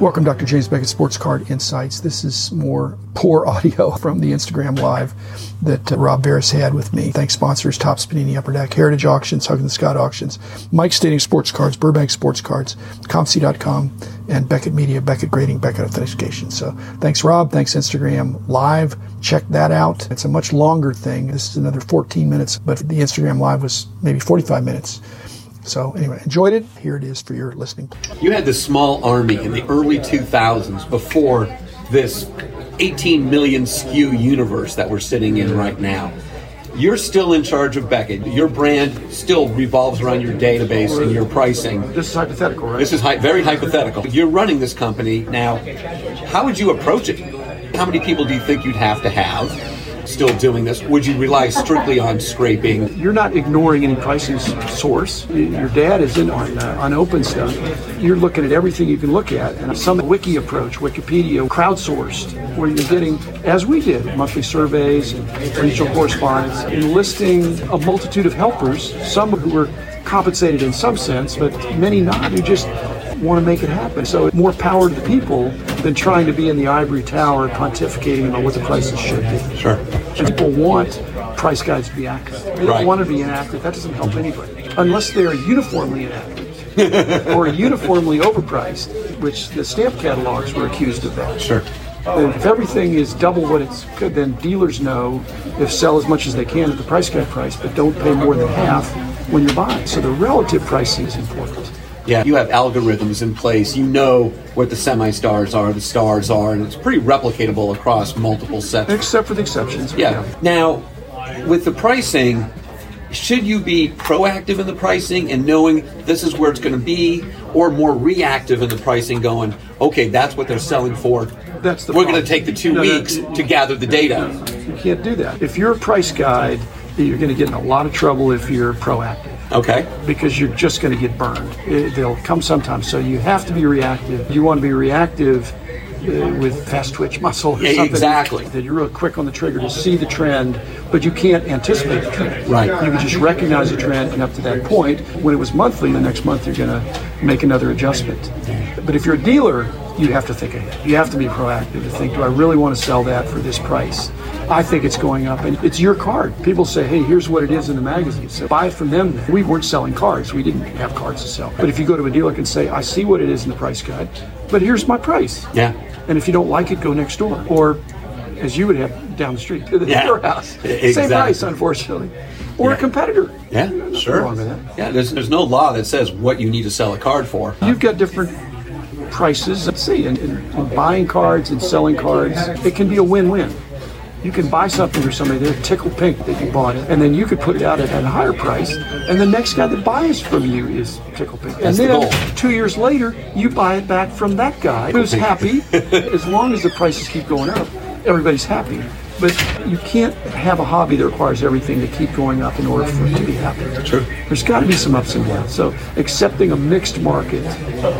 Welcome, Dr. James Beckett, Sports Card Insights. This is more poor audio from the Instagram Live that uh, Rob Barris had with me. Thanks, sponsors Top Spinini, Upper Deck, Heritage Auctions, Huggins Scott Auctions, Mike Stadium Sports Cards, Burbank Sports Cards, Compsy.com, and Beckett Media, Beckett Grading, Beckett Authentication. So thanks, Rob. Thanks, Instagram Live. Check that out. It's a much longer thing. This is another 14 minutes, but the Instagram Live was maybe 45 minutes. So anyway, enjoyed it. Here it is for your listening. You had this small army in the early 2000s before this 18 million skew universe that we're sitting in right now. You're still in charge of Beckett. Your brand still revolves around your database and your pricing. This is hypothetical, right? This is hy- very hypothetical. You're running this company now. How would you approach it? How many people do you think you'd have to have still doing this? Would you rely strictly on scraping? You're not ignoring any pricing s- source. Your dad is in on, uh, on open stuff. You're looking at everything you can look at, and some wiki approach, Wikipedia, crowdsourced, where you're getting, as we did, monthly surveys and regional correspondence, enlisting a multitude of helpers, some who were compensated in some sense, but many not, who just want to make it happen. So more power to the people than trying to be in the ivory tower pontificating about what the prices should be. Sure. People want price guides to be accurate. They don't Right. want to be inaccurate. That doesn't help anybody unless they are uniformly inaccurate or uniformly overpriced, which the stamp catalogs were accused of that. Sure. And if everything is double what it's good, then dealers know if sell as much as they can at the price guide price, but don't pay more than half when you're buying. So the relative pricing is important. Yeah, you have algorithms in place. You know what the semi-stars are, the stars are, and it's pretty replicatable across multiple sets. Except for the exceptions. Yeah. Now, with the pricing, should you be proactive in the pricing and knowing this is where it's going to be, or more reactive in the pricing, going, okay, that's what they're selling for. That's the We're going problem. to take the two No, no, weeks no. to gather the data. You can't do that. If you're a price guide, you're going to get in a lot of trouble if you're proactive. Okay. because you're just going to get burned. It, they'll come sometimes. So you have to be reactive. You want to be reactive uh, with fast twitch muscle or Yeah, something. exactly. That you're real quick on the trigger to see the trend, but you can't anticipate the trend. Right. You can just recognize the trend, and up to that point, when it was monthly, the next month you're going to make another adjustment. But if you're a dealer, you have to think ahead. You have to be proactive to think, do I really want to sell that for this price? I think it's going up, and it's your card. People say, hey, here's what it is in the magazine. So buy it from them. We weren't selling cards, we didn't have cards to sell. But if you go to a dealer and say, I see what it is in the price guide, but here's my price. Yeah. And if you don't like it, go next door. Or as you would have down the street to the Yeah. warehouse. E- Same exactly. price, unfortunately. Or a competitor. Yeah. Nothing Sure. wrong with that. Yeah. There's there's no law that says what you need to sell a card for. You've got different prices. Let's see, in, in, in buying cards and selling cards, it can be a win-win. You can buy something for somebody, they're tickled pink that you bought it, and then you could put it out at, at a higher price, and the next guy that buys from you is tickled pink. That's the and then goal. two years later, you buy it back from that guy who's happy. as long as the prices keep going up, everybody's happy. But you can't have a hobby that requires everything to keep going up in order for it to be happy. Sure. There's got to be some ups and downs. So accepting a mixed market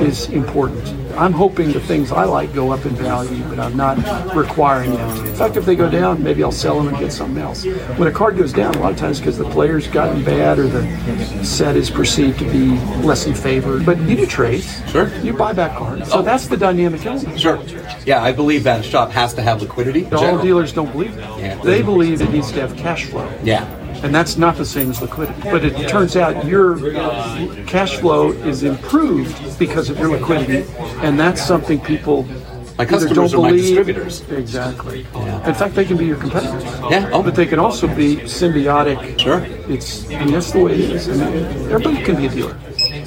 is important. I'm hoping the things I like go up in value, but I'm not requiring them to. In fact, if they go down, maybe I'll sell them and get something else. When a card goes down, a lot of times because the player's gotten bad or the set is perceived to be less in favor. But you do trades. Sure. Oh. You buy back cards. So that's the dynamic element. Sure. Yeah, I believe that a shop has to have liquidity. in All general. dealers don't believe that. Yeah. They believe it needs to have cash flow. Yeah. And that's not the same as liquidity. But it turns out your cash flow is improved because of your liquidity, and that's something people My either don't customers are my believe. distributors. Exactly. In fact, they can be your competitors. Yeah. Oh, But they can also be symbiotic. Sure. It's I mean, that's the way it is. I mean, everybody can be a dealer.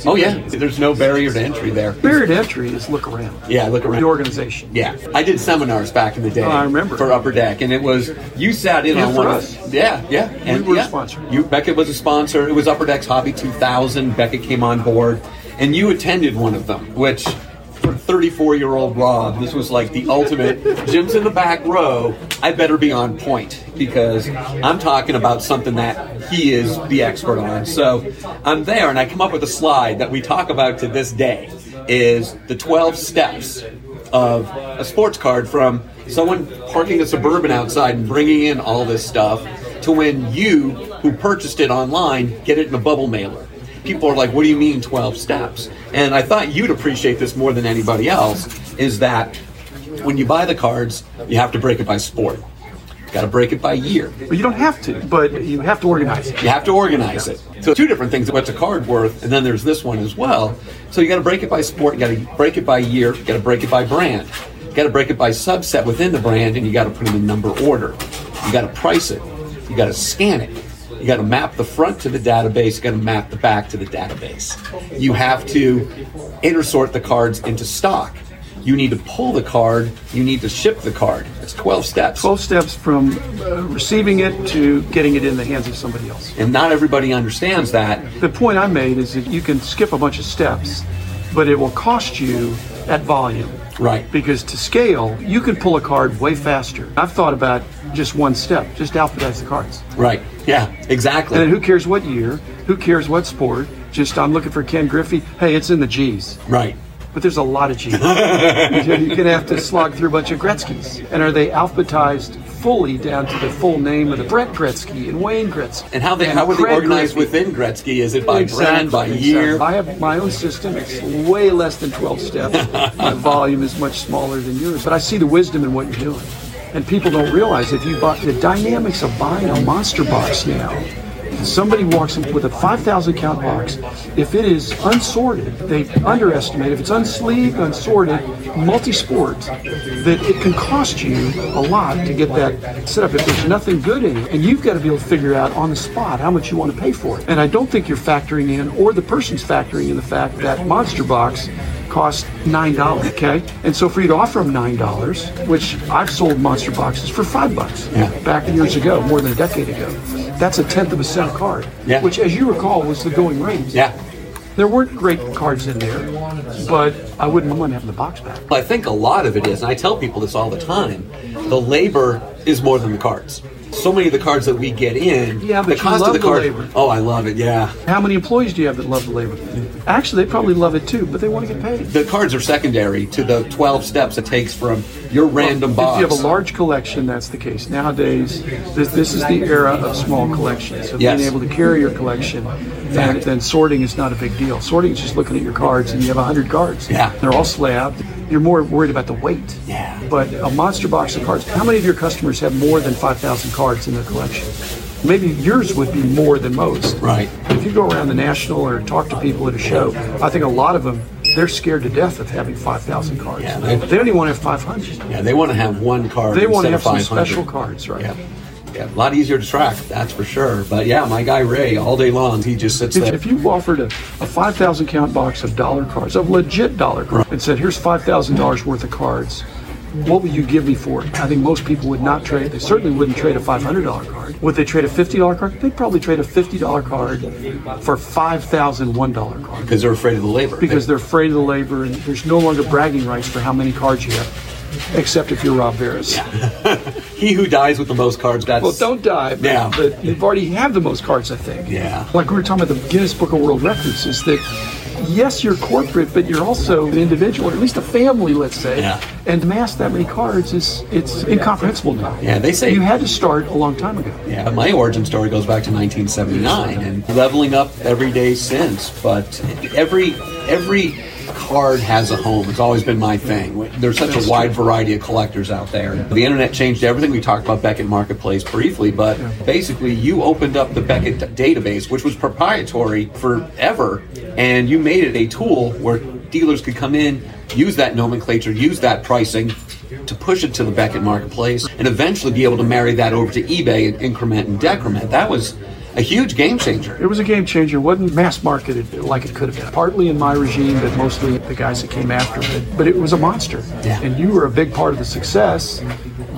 oh yeah. There's no barrier to entry there. Barrier to entry is look around. Yeah, look around. The organization. Yeah, I did seminars back in the day. Oh, I remember. for Upper Deck, and it was you sat in Yeah, on for one. of- us. Yeah, yeah, and were a yeah, sponsor. You Beckett was a sponsor. It was Upper Deck's Hobby 2000. Beckett came on board, and you attended one of them, which. For 34 year old Rob, this was like the ultimate. Jim's in the back row. I better be on point because I'm talking about something that he is the expert on. So I'm there and I come up with a slide that we talk about to this day is the 12 steps of a sports card from someone parking a suburban outside and bringing in all this stuff to when you who purchased it online get it in a bubble mailer people are like, what do you mean 12 steps? And I thought you'd appreciate this more than anybody else is that when you buy the cards, you have to break it by sport. Got to break it by year. But you don't have to, but you have to organize it. You have to organize it. So two different things: what's a card worth, and then there's this one as well. So you got to break it by sport, you got to break it by year, you got to break it by brand, you got to break it by subset within the brand, and you got to put them in number order. You got to price it, you got to scan it, you got to map the front to the database, you got to map the back to the database. You have to intersort the cards into stock. You need to pull the card. You need to ship the card. It's 12 steps. 12 steps from uh, receiving it to getting it in the hands of somebody else. And not everybody understands that. The point I made is that you can skip a bunch of steps, but it will cost you at volume. Right. Because to scale, you can pull a card way faster. I've thought about just one step, just alphabetize the cards. Right. Yeah, exactly. And then who cares what year? Who cares what sport? Just I'm looking for Ken Griffey. Hey, it's in the G's. right. But there's a lot of G's. You're going to have to slog through a bunch of Gretzky's. And are they alphabetized fully down to the full name of the Brett Gretzky and Wayne Gretzky? And how they how were they Craig organized Gretzky? within Gretzky? Is it by Exactly, brand, by exactly. year? I have my own system. It's way less than 12 steps. my volume is much smaller than yours. But I see the wisdom in what you're doing. And people don't realize if you bought the dynamics of buying a monster box now. Somebody walks in with a 5,000 count box. If it is unsorted, they underestimate. If it's unsleeved, unsorted, multi-sport, that it can cost you a lot to get that set up if there's nothing good in it. And you've got to be able to figure out on the spot how much you want to pay for it. And I don't think you're factoring in, or the person's factoring in the fact that Monster Box costs nine dollars. Okay, and so for you to offer them nine dollars, which I've sold Monster Boxes for five bucks Yeah. back years ago, more than a decade ago. That's a tenth of a cent a card, Yeah. which, as you recall, was the going rate. yeah. There weren't great cards in there, but I wouldn't mind having the box back. I think a lot of it is, and I tell people this all the time, the labor is more than the cards. So many of the cards that we get in, Yeah, but the you cost of love the the card. labor. Oh, I love it. Yeah. How many employees do you have that love the labor? Actually, they probably love it too, but they want to get paid. The cards are secondary to the 12 steps it takes from your random box. If you have a large collection, that's the case. Nowadays, this, this is the era of small collections, of Yes. being able to carry your collection. And then sorting is not a big deal. Sorting is just looking at your cards, and you have 100 cards. Yeah. They're all slabbed. You're more worried about the weight. Yeah. But a monster box of cards, how many of your customers have more than 5,000 cards in their collection? Maybe yours would be more than most. Right. If you go around the national or talk to people at a show, I think a lot of them, they're scared to death of having 5,000 cards. Yeah, they- they don't even want to have 500. yeah, they want to have one card. They want to instead have of some 500. special cards, right? Yeah. yeah. A lot easier to track, that's for sure. But yeah, my guy Ray, all day long, he just sits there. If you offered a, a 5,000 count box of dollar cards, of legit dollar cards, and said, here's $5,000 worth of cards, what would you give me for it? I think most people would not trade. They certainly wouldn't trade a $500 card. Would they trade a $50 card? They'd probably trade a $50 card for $5,001 card. because they're afraid of the labor. because they're afraid of the labor and there's no longer bragging rights for how many cards you have, except if you're Rob Veras. he who dies with the most cards. That's Well, don't die. But, Yeah. but you've already have the most cards, I think. Yeah. Like we were talking about the Guinness Book of World Records, is that yes, you're corporate, but you're also an individual, or at least a family, let's say. Yeah. And to mass that many cards is it's incomprehensible now. Yeah, they say- you had to start a long time ago. Yeah, my origin story goes back to 1979 and leveling up every day since. But every every card has a home. It's always been my thing. There's such a wide variety of collectors out there. The internet changed everything. We talked about Beckett Marketplace briefly, but basically you opened up the Beckett database, which was proprietary forever, and you made it a tool where dealers could come in, use that nomenclature, use that pricing, to push it to the Beckett marketplace and eventually be able to marry that over to eBay and increment and decrement. That was a huge game changer. It was a game changer. It wasn't mass marketed like it could have been. Partly in my regime, but mostly the guys that came after it. But it was a monster. Yeah. And you were a big part of the success,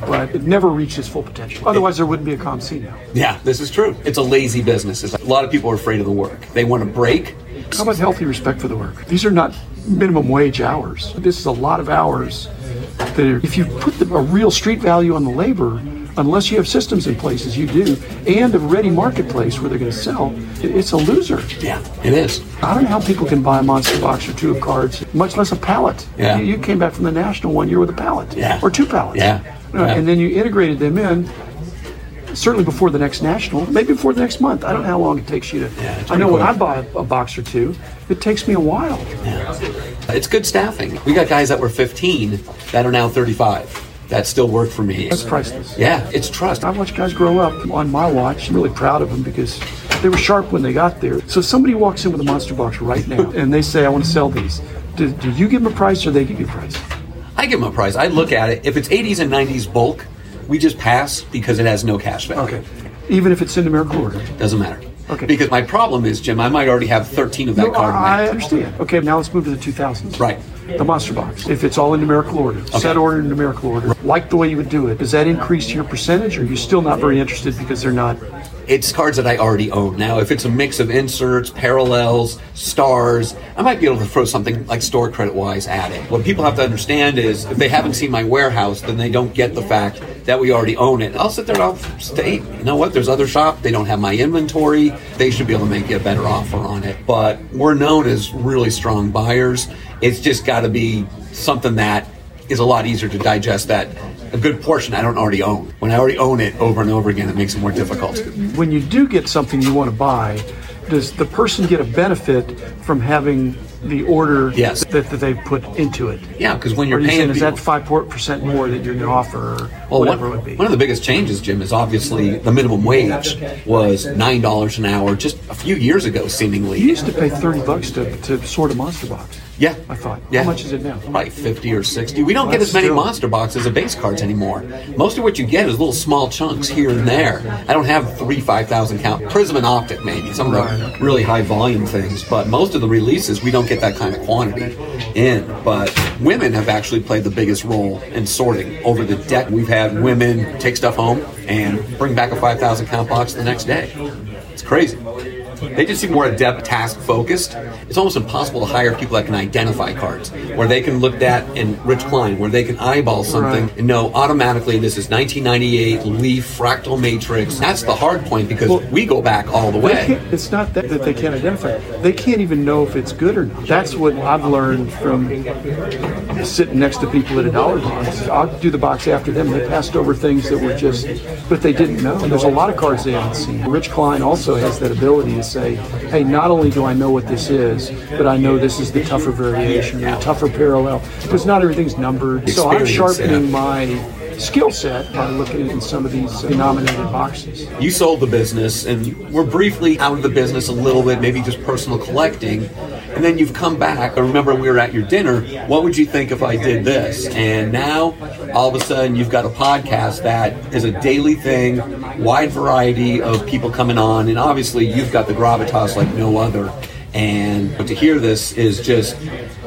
but it never reached its full potential. Otherwise, there wouldn't be a ComC now. Yeah, this is true. It's a lazy business. It's- a lot of people are afraid of the work. They want to break. How about healthy respect for the work? These are not minimum wage hours. This is a lot of hours that are, if you put the, a real street value on the labor, unless you have systems in place, as you do, and a ready marketplace where they're going to sell, it- it's a loser. Yeah, it is. I don't know how people can buy a monster box or two of cards, much less a pallet. Yeah. You, you came back from the national one year with a pallet Yeah. or two pallets. Yeah. Uh, Yeah. And then you integrated them in. certainly before the next national, maybe before the next month. I don't know how long it takes you to. I know when I buy a, a box or two, it takes me a while. It's good staffing. We got guys that were 15 that are now 35 that still work for me. That's priceless. Yeah, it's trust. I watch guys grow up on my watch. I'm really proud of them because they were sharp when they got there. So if somebody walks in with a monster box right now and they say, I want to sell these. Do, do you give them a price or they give you a price? I give them a prize. I look at it. If it's 80s and 90s bulk, we just pass because it has no cash value. Okay. Even if it's in numerical order. Doesn't matter. Okay. Because my problem is, Jim, I might already have 13 of that No, card. in my I I hand. understand. Okay, now let's move to the 2000s. Right. The monster box. If it's all in numerical order, set order in numerical order, like the way you would do it, does that increase your percentage or are you still not very interested because they're not? It's cards that I already own. Now, if it's a mix of inserts, parallels, stars, I might be able to throw something like store credit wise at it. What people have to understand is if they haven't seen my warehouse, then they don't get the fact that we already own it. I'll sit there and I'll state, you know what, there's other shop, they don't have my inventory, they should be able to make you a better offer on it. But we're known as really strong buyers. It's just got to be something that is a lot easier to digest that a good portion I don't already own. When I already own it over and over again, it makes it more difficult. When you do get something you want to buy, does the person get a benefit from having the order Yes. that, that they put into it? Yeah, because when Are you're you paying, saying, is that people- 5% more that you're going to offer or Well, whatever one, it would be? one of the biggest changes, Jim, is obviously the minimum wage was nine dollars an hour just a few years ago, you seemingly. used to pay 30 bucks to, to sort a monster box. Yeah, I thought. Yeah. How much is it now? Probably fifty or sixty. We don't get That's as many still- monster boxes of base cards anymore. Most of what you get is little small chunks here and there. I don't have three five thousand count prism and optic maybe some of the really high volume things, but most of the releases we don't get that kind of quantity in. But women have actually played the biggest role in sorting over the deck. We've had women take stuff home and bring back a five thousand count box the next day. It's crazy. They just seem more adept, task focused. It's almost impossible to hire people that can identify cards, where they can look at and Rich Klein, where they can eyeball something Right. and know automatically this is 1998 Leaf Fractal Matrix. That's the hard point because we go back all the They way. can't, it's not that, that they can't identify. it. They can't even know if it's good or not. That's what I've learned from sitting next to people at a dollar box. I'll do the box after them. They passed over things that were just, but they didn't know. There's a lot of cards they haven't seen. Rich Klein also has that ability to say, hey, not only do I know what this is, but I know this is the tougher variation, or the tougher parallel, because not everything's numbered. So I'm Experience, yeah. sharpening my skill set by looking at some of these denominated boxes. You sold the business and we're briefly out of the business a little bit, maybe just personal collecting. And then you've come back. I remember we were at your dinner. What would you think if I did this? And now all of a sudden you've got a podcast that is a daily thing, wide variety of people coming on. And obviously you've got the gravitas like no other. And to hear this is just,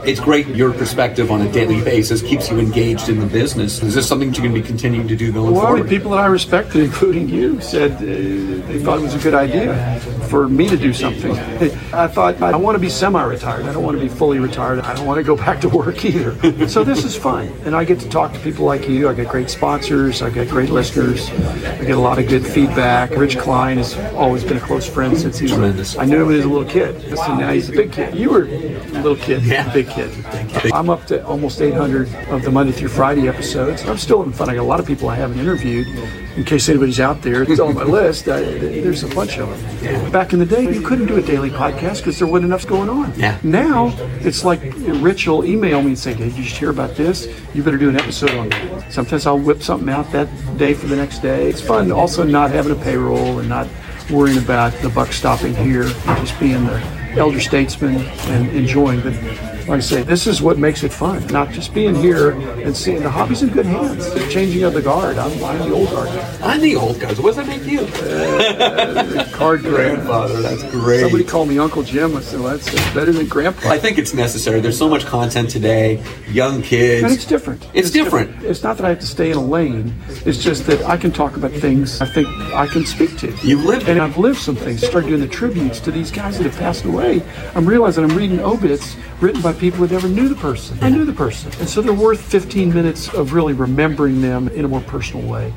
it's great. Your perspective on a daily basis keeps you engaged in the business. Is this something that you're going to be continuing to do going Well, forward? the people that I respected, including you, said uh, they thought it was a good idea for me to do something. I thought I want to be semi-retired. I don't want to be fully retired. I don't want to go back to work either. so this is fun, and I get to talk to people like you. I get great sponsors. I get great listeners. I get a lot of good feedback. Rich Klein has always been a close friend since he was. Tremendous. I knew him as a little kid. So now he's a big kid. You were a little kid, Yeah. big kid. I'm up to almost 800 of the Monday through Friday episodes. I'm still in front. I got a lot of people I haven't interviewed. In case anybody's out there, it's on my list. I, there's a bunch of them. Back in the day, you couldn't do a daily podcast because there wasn't enough going on. Yeah. Now it's like Rich will email me and say, "Hey, did you just hear about this? You better do an episode on that." Sometimes I'll whip something out that day for the next day. It's fun. Also, not having a payroll and not worrying about the buck stopping here, and just being the elder statesman and enjoying. But like I say, this is what makes it fun. Not just being here and seeing the hobby's in good hands. It's changing of the guard. I'm, I'm the old guard. I'm the old guy. So what does that make you? Guard grandfather. That's great. Somebody called me Uncle Jim. I said, well, that's that's better than Grandpa. I think it's necessary. There's so much content today. Young kids. And it's different. It's different. It's not that I have to stay in a lane. It's just that I can talk about things I think I can speak to. You lived and it. I've lived some things. Started doing the tributes to these guys that have passed away. I'm realizing I'm reading obits written by people that never knew the person. I knew the person, and so they're worth 15 minutes of really remembering them in a more personal way.